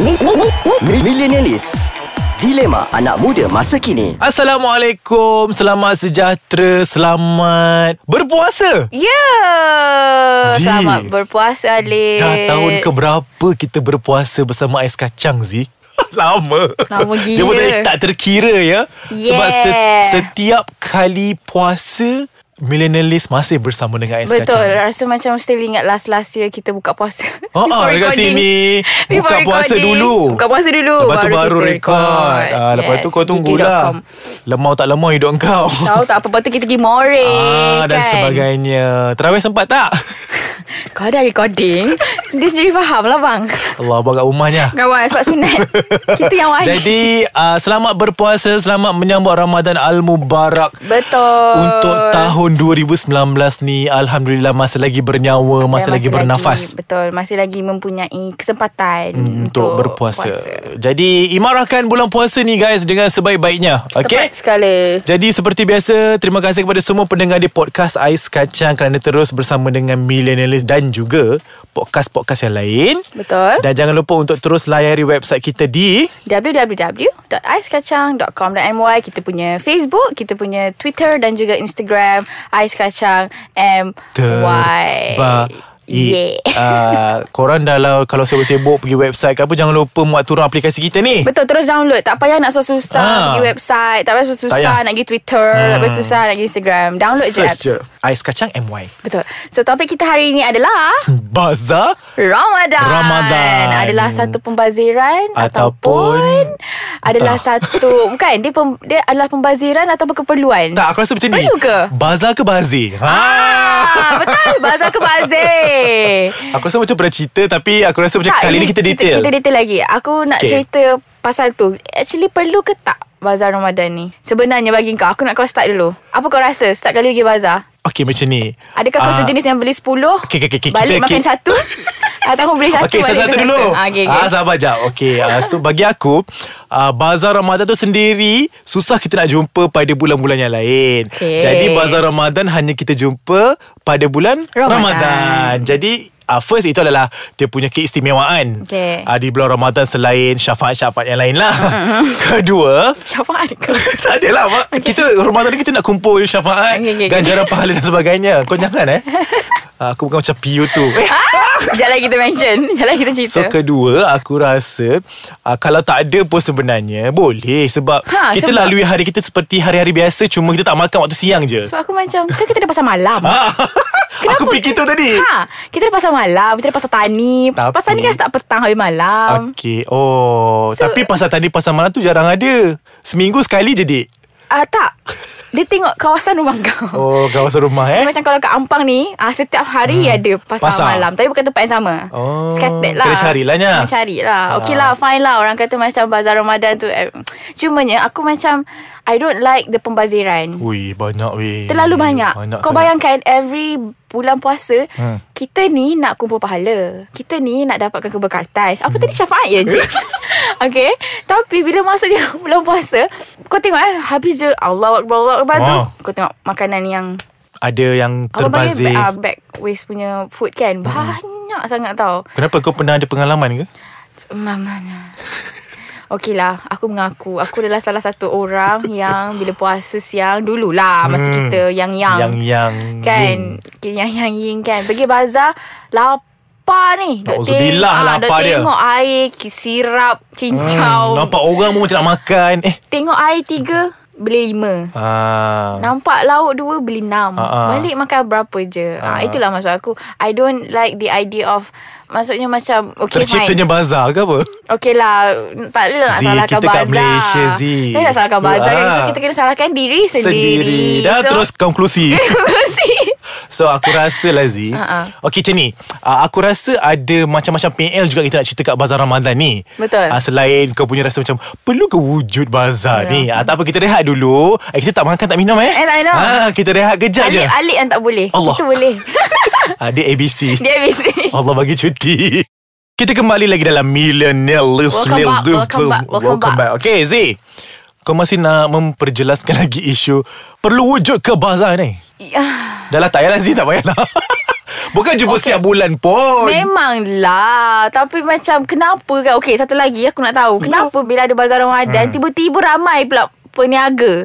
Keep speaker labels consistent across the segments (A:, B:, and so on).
A: Mi- mi- mi- mi- Millenialis Dilema anak muda masa kini
B: Assalamualaikum Selamat sejahtera Selamat Berpuasa
C: Ya yeah.
B: Zee.
C: Selamat berpuasa Alif
B: Dah tahun keberapa kita berpuasa bersama ais kacang Zee? Lama
C: Lama
B: Dia pun tak,
C: gila.
B: tak terkira ya Sebab
C: Yeah.
B: setiap kali puasa Millennialist masih bersama dengan ais
C: Betul
B: kacang
C: Rasa macam still ingat last last year Kita buka puasa
B: Oh, oh,
C: Before
B: dekat
C: recording.
B: sini
C: Before
B: Buka puasa
C: recording.
B: dulu
C: Buka puasa dulu
B: Lepas tu baru,
C: kita
B: record, Ah, Lepas tu
C: Yes,
B: kau tunggulah
C: gigi.com.
B: Lemau tak lemau hidup kau
C: Tahu tak apa-apa tu kita pergi more
B: Ah,
C: kan
B: dan sebagainya Terawih sempat tak?
C: Kau dah recording Dia sendiri faham lah bang
B: Allah bawa kat rumahnya
C: Kawan sebab sunat Kita yang wajib
B: Jadi uh, selamat berpuasa Selamat menyambut Ramadan Al-Mubarak
C: Betul
B: Untuk tahun 2019 ni Alhamdulillah masih lagi bernyawa Masih,
C: Dan
B: masih lagi bernafas lagi
C: Betul Masih lagi mempunyai kesempatan
B: untuk berpuasa. berpuasa Jadi imarahkan bulan puasa ni guys Dengan sebaik-baiknya
C: Okay.
B: Okay
C: Tepat sekali
B: Jadi seperti biasa Terima kasih kepada semua pendengar di podcast Ais Kacang Kerana terus bersama dengan Millennialist Dan juga podcast-podcast yang lain
C: Betul.
B: Dan jangan lupa untuk terus layari website kita di
C: www.aiskacang.com.my Kita punya Facebook, kita punya Twitter dan juga Instagram Aiskacang MY
B: Terbaik
C: Yeah
B: uh, Korang dah lah Kalau sibuk-sibuk Pergi website ke apa Jangan lupa muat turun aplikasi kita ni
C: Betul terus download Tak payah nak susah-susah
B: Ah.
C: Pergi website Tak payah susah-susah
B: payah.
C: Nak pergi Twitter hmm. Tak payah susah Nak pergi Instagram Download je apps
B: Ais Kacang MY
C: Betul So topik kita hari ini adalah
B: Bazaar
C: Ramadan
B: Ramadan.
C: Adalah satu pembaziran
B: Ataupun-
C: Ataupun, Adalah
B: Entah.
C: satu Bukan dia, pem, dia adalah pembaziran Ataupun keperluan
B: Tak aku rasa macam ni
C: Perlu ke?
B: Bazaar ke bazir ha.
C: Ah, betul Bahasa ke bazir
B: Aku rasa macam pernah cerita Tapi aku rasa macam Kali ni kita detail
C: kita, kita detail lagi Aku nak
B: Okay.
C: okay. cerita Pasal tu Actually perlu ke tak Bazar Ramadan ni Sebenarnya bagi kau Aku nak kau start dulu Apa kau rasa Start kali pergi bazar
B: Okay macam ni
C: Adakah kau
B: Ah,
C: sejenis yang beli 10
B: okay, okay, okay,
C: Balik
B: kita-
C: makan
B: kita-
C: satu Atau kau beli satu
B: Okey,
C: balik
B: satu-satu
C: makan
B: dulu.
C: Ah, okay, okay.
B: Ah, sabar jap. Okey, ah, so bagi aku, ah, bazar Ramadan tu sendiri susah kita nak jumpa pada bulan-bulan yang lain.
C: Okey.
B: Jadi bazar Ramadan hanya kita jumpa pada bulan Ramadan.
C: Ramadan.
B: Jadi Uh, first itu adalah Dia punya keistimewaan
C: Okey. Mm-hmm.
B: Ah, Di bulan Ramadan Selain syafaat-syafaat yang lain lah Kedua
C: Syafaat ke
B: tak adalah Mak. Okay. Kita Ramadan ni kita nak kumpul syafaat
C: Okey, okey, okey.
B: Ganjaran pahala dan sebagainya Kau jangan eh Ah, Aku bukan macam PU tu eh,
C: Ah, Sekejap lagi kita mention Sekejap lagi kita cerita
B: So kedua Aku rasa uh, Kalau tak ada pun sebenarnya Boleh Sebab ha,
C: Ha,
B: Kita
C: sebab-
B: lalui hari kita Seperti hari-hari biasa Cuma kita tak makan Waktu siang je
C: Sebab aku macam Kan kita ada pasal malam
B: Ah, Aku fikir tu tadi
C: Ha, kita ada pasal malam, kita ada pasal tani.
B: Tapi-
C: pasal ni kan start petang habis malam.
B: Okay Oh so,
C: Ha, um, So-
B: Tapi pasal tadi Pasal malam tu jarang ada Seminggu sekali je dik
C: Ah uh, tak. Dia tengok kawasan rumah kau.
B: Oh kawasan rumah eh
C: Macam kalau kat Ampang ni ah, Setiap hari hmm. ada pasar,
B: Pasar.
C: malam Tapi bukan tempat yang sama
B: Oh,
C: Scattered lah
B: kena carilah, Nya. Ah.
C: Kena cari lah Okay lah fine lah Orang kata macam Bazar Ramadan tu eh. Cumanya aku macam I don't like the pembaziran
B: Ui banyak weh
C: Terlalu banyak. banyak Kau
B: sangat.
C: bayangkan every bulan puasa hmm. kita ni nak kumpul pahala. Kita ni nak dapatkan keberkatan. Apa tadi syafaat ya, Cik? Okay Tapi bila masuk je bulan puasa Kau tengok eh Habis je Allah Akbar Allah Akbar tu
B: Wow.
C: Kau tengok makanan yang
B: Ada yang
C: Orang panggil
B: terbazir
C: uh, Back waste punya food kan Banyak sangat tau
B: Kenapa kau pernah ada pengalaman ke?
C: Mamanya Okey lah Aku mengaku Aku adalah salah satu orang Yang bila puasa siang Dululah Masa kita Hmm. Yang-yang
B: Yang-yang
C: Kan okay, Yang yang yin kan Pergi bazar Lapar ni Duk
B: Nauzubillah
C: tengok- ah,
B: lapar
C: duk
B: dia.
C: tengok air ki- Sirap Cincau
B: Hmm, Nampak orang pun macam nak makan Eh
C: Tengok air tiga Beli lima
B: ah.
C: Nampak lauk dua Beli enam
B: Ah, ah.
C: Balik makan berapa je
B: Ah.
C: ah, Itulah maksud aku I don't like the idea of Maksudnya macam Okay
B: Terciptanya bazar ke apa?
C: Okey lah Tak boleh lah nak
B: Zee,
C: salahkan
B: kita kat
C: bazar
B: Malaysia, Zee.
C: Kita nak salahkan bazar kan So
B: Ah.
C: kita kena salahkan diri sendiri,
B: Dah
C: so,
B: terus konklusi So aku rasa lah Zee
C: Ha,
B: Okay macam ni uh, Aku rasa ada macam-macam PL juga Kita nak cerita kat Bazar Ramadan ni
C: Betul.
B: uh, Selain kau punya rasa macam Perlu ke wujud Bazar
C: Ya.
B: ni uh, Tak apa kita rehat dulu eh, Kita tak makan tak minum eh
C: Eh, tak minum.
B: Ah, Kita rehat kejap je
C: Alik, alik yang tak boleh
B: Allah.
C: Kita boleh
B: uh, Dia ABC
C: Dia busy
B: Allah bagi cuti Kita kembali lagi dalam Millionaire List
C: Welcome
B: List,
C: back,
B: List,
C: welcome
B: List.
C: back, welcome
B: back. Okay Zee Kau masih nak memperjelaskan lagi isu Perlu wujud ke bazar ni?
C: Ya.
B: lah, Dah lah tak payahlah Zee tak payahlah Bukan jumpa okay.
C: Okay.
B: setiap bulan pun
C: Memanglah Tapi macam Kenapa kan Okay satu lagi Aku nak tahu Kenapa bila ada bazar Ramadan hmm. Tiba-tiba ramai pula Peniaga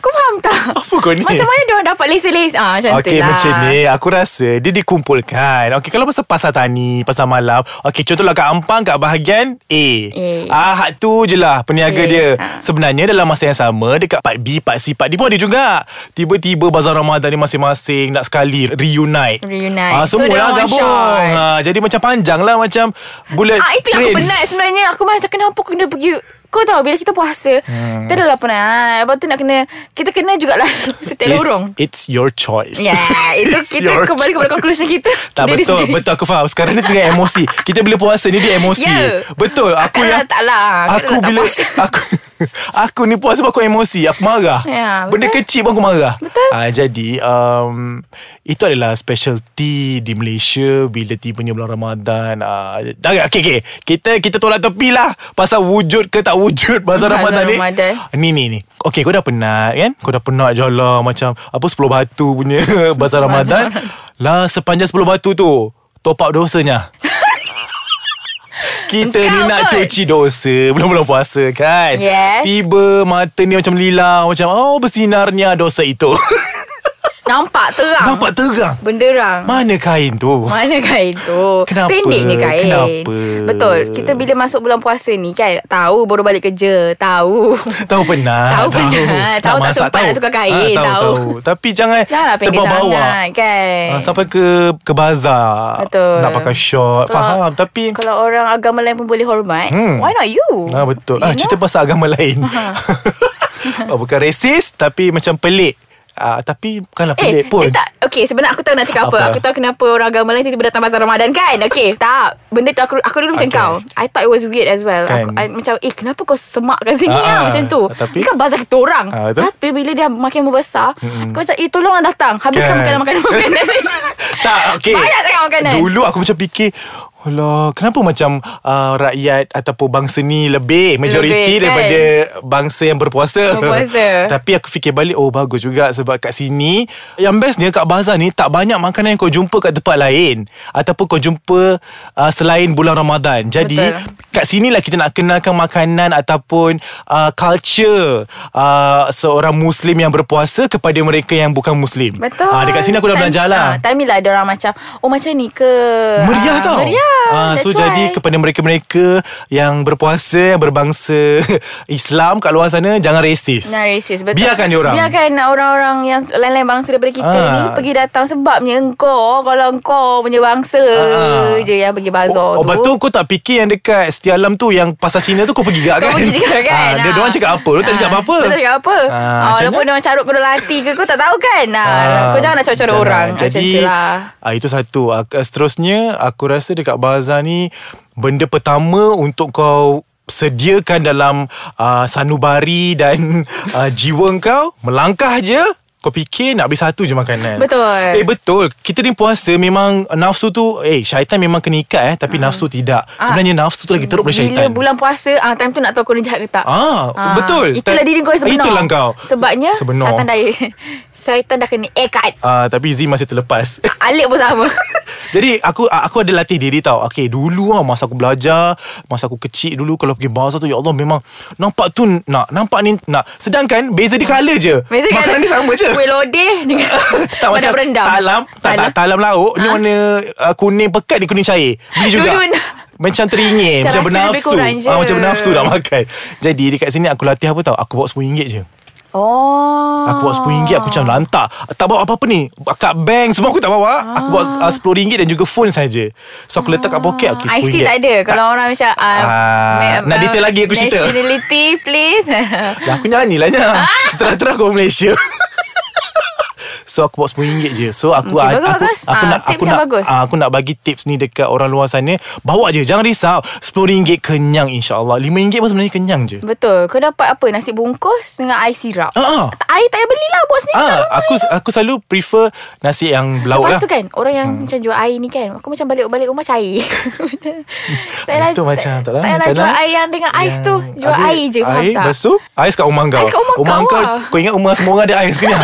C: Kau faham tak?
B: Apa kau ni?
C: Macam mana diorang dapat lesen-lesen ah, Macam
B: Okey
C: tu lah
B: macam ni Aku rasa Dia dikumpulkan Okey kalau pasal pasar tani Pasar malam Okey contohlah kat Ampang Kat bahagian A
C: A.
B: Ah, hak tu je lah Peniaga
C: A,
B: dia
C: ha.
B: Sebenarnya dalam masa yang sama Dekat part B Part C Part D pun ada juga Tiba-tiba Bazar Ramadan ni masing-masing Nak sekali Reunite
C: Reunite.
B: ah,
C: So,
B: Semua
C: dia
B: lah
C: orang
B: gabung
C: shot.
B: ah, Jadi macam panjang lah Macam Bullet
C: Ah itu
B: train
C: yang aku penat sebenarnya. Aku macam kenapa aku kena pergi kau tahu bila kita puasa hmm. Kita dah lah penat Lepas tu nak kena Kita kena jugalah Setiap
B: It's-
C: lorong
B: It's your choice
C: Ya yeah, Itu
B: It's
C: kita
B: your
C: kembali kepada conclusion kita
B: Tak
C: Diri
B: betul
C: sendiri.
B: Betul aku faham Sekarang ni tengah emosi Kita bila puasa ni Dia emosi
C: Ya.
B: Betul Aku
C: Akak
B: yang
C: dah tak lah. Akak
B: Aku
C: dah tak
B: bila
C: puasa.
B: Aku Aku ni puasa sebab aku emosi Aku marah
C: Ya,
B: Benda
C: betul.
B: kecil pun aku marah
C: Betul.
B: Ah, Jadi um, Itu adalah specialty Di Malaysia Bila tibanya bulan Ramadan uh, Okay okay Kita kita tolak tepi lah Pasal wujud ke tak wujud Pasal
C: Pasal
B: Ramadan ni
C: Ramadan.
B: Ni ni ni Okay kau dah penat kan Kau dah penat je lah Macam Apa 10 batu punya Pasal Ramadan Lah sepanjang 10 batu tu Top up dosanya Kita ni
C: Engkau
B: nak
C: kot.
B: cuci dosa Belum-belum puasa kan
C: Yes.
B: Tiba mata ni macam lilau Macam oh bersinarnya dosa itu
C: Nampak terang
B: Nampak terang
C: Benderang
B: Mana kain tu
C: Mana kain tu
B: Oh. Kenapa?
C: kan Pendeknya kain
B: Kenapa?
C: Betul Kita bila masuk bulan puasa ni kan Tahu baru balik kerja Tahu
B: Tahu penat
C: Tahu penat. Tahu
B: Nak
C: tak sempat nak tukar kain,
B: Ah,
C: tahu.
B: tahu. Tapi jangan
C: Janganlah pendek
B: Terbawa-bawa
C: sangat kan
B: Ah, sampai ke ke bazar
C: Betul.
B: nak pakai short faham tapi
C: Kalau orang agama lain pun boleh hormat
B: Hmm.
C: hmm. Why not you?
B: Ah betul.
C: You
B: Ah cerita
C: know?
B: pasal agama lain. Ah, bukan resis tapi macam pelik. Ah tapi bukanlah
C: Eh,
B: pelik pun.
C: eh tak Okay sebenarnya aku tahu nak cakap apa.
B: Apa?
C: Aku tahu kenapa orang agama lain Tiba-tiba datang pasal Ramadan kan Okay tak Benda tu aku, aku dulu macam
B: Okay.
C: kau I thought it was weird as well
B: Kan.
C: aku, I, Macam eh kenapa kau semak kat sini
B: Ah,
C: lah Macam tu
B: tapi-
C: Ni kan bazar kita orang
B: Ah, betul.
C: Tapi bila dia makin membesar Kau macam eh tolonglah datang Habiskan
B: Kan.
C: makanan-makanan
B: tak okey.
C: Banyak sangat makanan.
B: Dulu aku macam fikir Alah, kenapa macam uh, rakyat ataupun bangsa ni lebih majoriti
C: Lebih, kan?
B: daripada bangsa yang berpuasa.
C: Berpuasa.
B: Tapi aku fikir balik, oh bagus juga sebab kat sini yang bestnya kat bazar ni tak banyak makanan yang kau jumpa kat tempat lain ataupun kau jumpa uh, selain bulan Ramadan. Jadi
C: Betul.
B: kat sinilah kita nak kenalkan makanan ataupun uh, culture uh, seorang muslim yang berpuasa kepada mereka yang bukan muslim.
C: Betul
B: Ah dekat sini aku dah
C: Time-
B: belajar lah.
C: ah, Time ni lah orang macam Oh macam ni ke
B: Meriah
C: Ah,
B: tau
C: Meriah
B: Ah, So
C: That's
B: jadi
C: why.
B: kepada mereka-mereka Yang berpuasa Yang berbangsa Islam kat luar sana Jangan resis
C: Nah, racist betul.
B: Biarkan diorang
C: Biarkan orang-orang yang lain-lain bangsa daripada kita
B: Ah.
C: ni pergi datang sebabnya engkau kalau engkau punya bangsa
B: Ah.
C: je yang pergi bazar
B: Oh,
C: tu.
B: Obat tu kau tak fikir yang dekat Setia Alam tu Yang pasar Cina tu kau pergi gak
C: Kau
B: kan
C: pergi juga kan
B: Dia orang cakap apa Dia tak cakap apa-apa
C: Dia tak cakap apa
B: Ah,
C: ah,
B: macam
C: Walaupun
B: mana?
C: dia orang carut kau dalam hati ke Kau tak tahu kan ah, Kau jangan nak cara-cara
B: jangan.
C: orang Macam
B: Jadi
C: tu lah
B: ah, Itu satu ah, ke- Seterusnya Aku rasa dekat bazar ni Benda pertama Untuk kau Sediakan dalam uh, Sanubari Dan uh, Jiwa kau Melangkah je kau fikir nak beli satu je makanan
C: Betul.
B: Eh betul Kita ni puasa Memang nafsu tu Eh syaitan memang kena ikat eh Tapi nafsu tidak Sebenarnya nafsu tu lagi teruk
C: Hmm. Ah. Bila
B: dari syaitan
C: bulan puasa ah, Time tu nak tahu kau ni jahat ke tak
B: Ah, betul.
C: Itulah
B: Time-
C: diri kau yang sebenar
B: Itulah kau.
C: Sebabnya
B: Sebenar.
C: Syaitan dah Syaitan dah kena ikat
B: Ah, Tapi Z masih terlepas
C: Alik pun sama
B: Jadi aku aku ada latih diri tau. Okay dulu lah masa aku belajar, masa aku kecil dulu kalau pergi bazar tu ya Allah memang nampak tu nak, nampak ni nak. Sedangkan beza di colour je.
C: Mesti
B: Makanan
C: kalau-
B: ni sama je.
C: kan Kuih lodeh dengan
B: tak macam
C: berendam. Ha?
B: talam, tak tak talam lauk ni warna uh, kuning pekat ni kuning cair. Beli juga.
C: Dulu nak-
B: Macam teringin
C: Macam
B: Macam
C: rasa lebih
B: bernafsu
C: kurang je.
B: ah, Macam bernafsu nak makan Jadi dekat sini aku latih apa tau Aku bawa RM10 je
C: Oh.
B: Aku bawa RM10 Aku macam lantak Tak bawa apa-apa ni Kat bank Semua aku tak bawa Aku bawa
C: Ah.
B: uh, RM10 Dan juga phone saja So aku letak kat poket okay, RM10
C: IC Ah. tak ada Kalau orang macam uh,
B: Ah, nak detail lagi aku cerita.
C: Nationality please
B: Lah aku nyanyi lah
C: Ah.
B: nya. Terah-terah kau Malaysia. So aku bawa RM10 je So aku
C: Okey,
B: aku,
C: bagus, bagus.
B: aku
C: Ah,
B: nak
C: tips
B: aku
C: yang
B: nak
C: bagus.
B: ah, aku nak bagi tips ni dekat orang luar sana bawa je jangan risau RM10 kenyang insyaallah RM5 pun sebenarnya kenyang je
C: Betul Kau dapat apa Nasi bungkus Dengan air sirap
B: Ah, ah.
C: Tak- Air tak payah belilah Buat sendiri kan? kat
B: Ah
C: rumah.
B: aku aku selalu prefer nasi yang belauk lah
C: Lepas tu kan Orang yang hmm. macam jual air ni kan Aku macam balik-balik rumah cair Tak payah
B: Itu Hmm,
C: lah-
B: macam tak tahu
C: Tak payah lah
B: macam
C: jual
B: mana.
C: air yang dengan ais
B: Yang
C: tu Jual
B: ada
C: air je Faham
B: air,
C: tak?
B: Lepas tu Ais kat rumah kau
C: Ais kat rumah kau
B: kau
C: lah.
B: Kau ingat rumah semua orang ada ais ke ni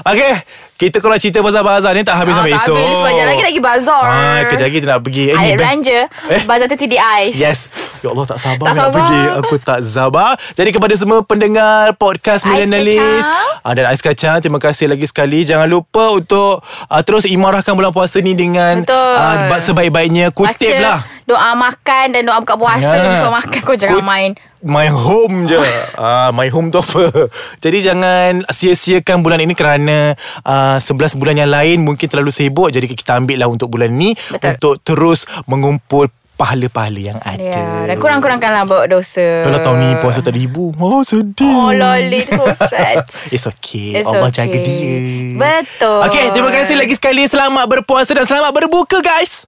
B: Okay Kita kalau cerita pasal bazar ni tak habis
C: Ah,
B: sampai
C: tak
B: esok.
C: habis Banyak lagi nak pergi bazar
B: Ah, kejap lagi kita nak pergi. Eh, ni
C: Air
B: best-
C: belanja
B: Eh?
C: Bazar tertidi ais
B: Yes Ya Allah tak sabar
C: Tak
B: nak
C: sabar.
B: pergi Aku tak sabar Jadi kepada semua pendengar Podcast
C: Ais
B: Millennialis
C: Kacang.
B: ah, Dan Ais Kacang Terima kasih lagi sekali Jangan lupa untuk ah, Terus imarahkan bulan puasa ni Dengan
C: Betul.
B: ah, sebaik-baiknya Kutip
C: Baca
B: lah
C: Doa makan Dan doa buka puasa
B: Ya.
C: Before makan Kau jangan
B: Kut-
C: main
B: My home je ah, My home tu apa Jadi jangan Sia-siakan bulan ini Kerana ah, 11 bulan yang lain Mungkin terlalu sibuk Jadi kita ambil lah Untuk bulan ni
C: Betul.
B: Untuk terus Mengumpul Pahala-pahala yang ada
C: Ya, dan kurang-kurangkanlah bawa dosa.
B: Kalau tahun ni puasa tak ada ibu Oh sedih
C: Oh loli so sad.
B: It's okay
C: It's
B: Allah
C: okay.
B: jaga dia
C: Betul.
B: Okay terima kasih lagi sekali Selamat berpuasa Dan selamat berbuka guys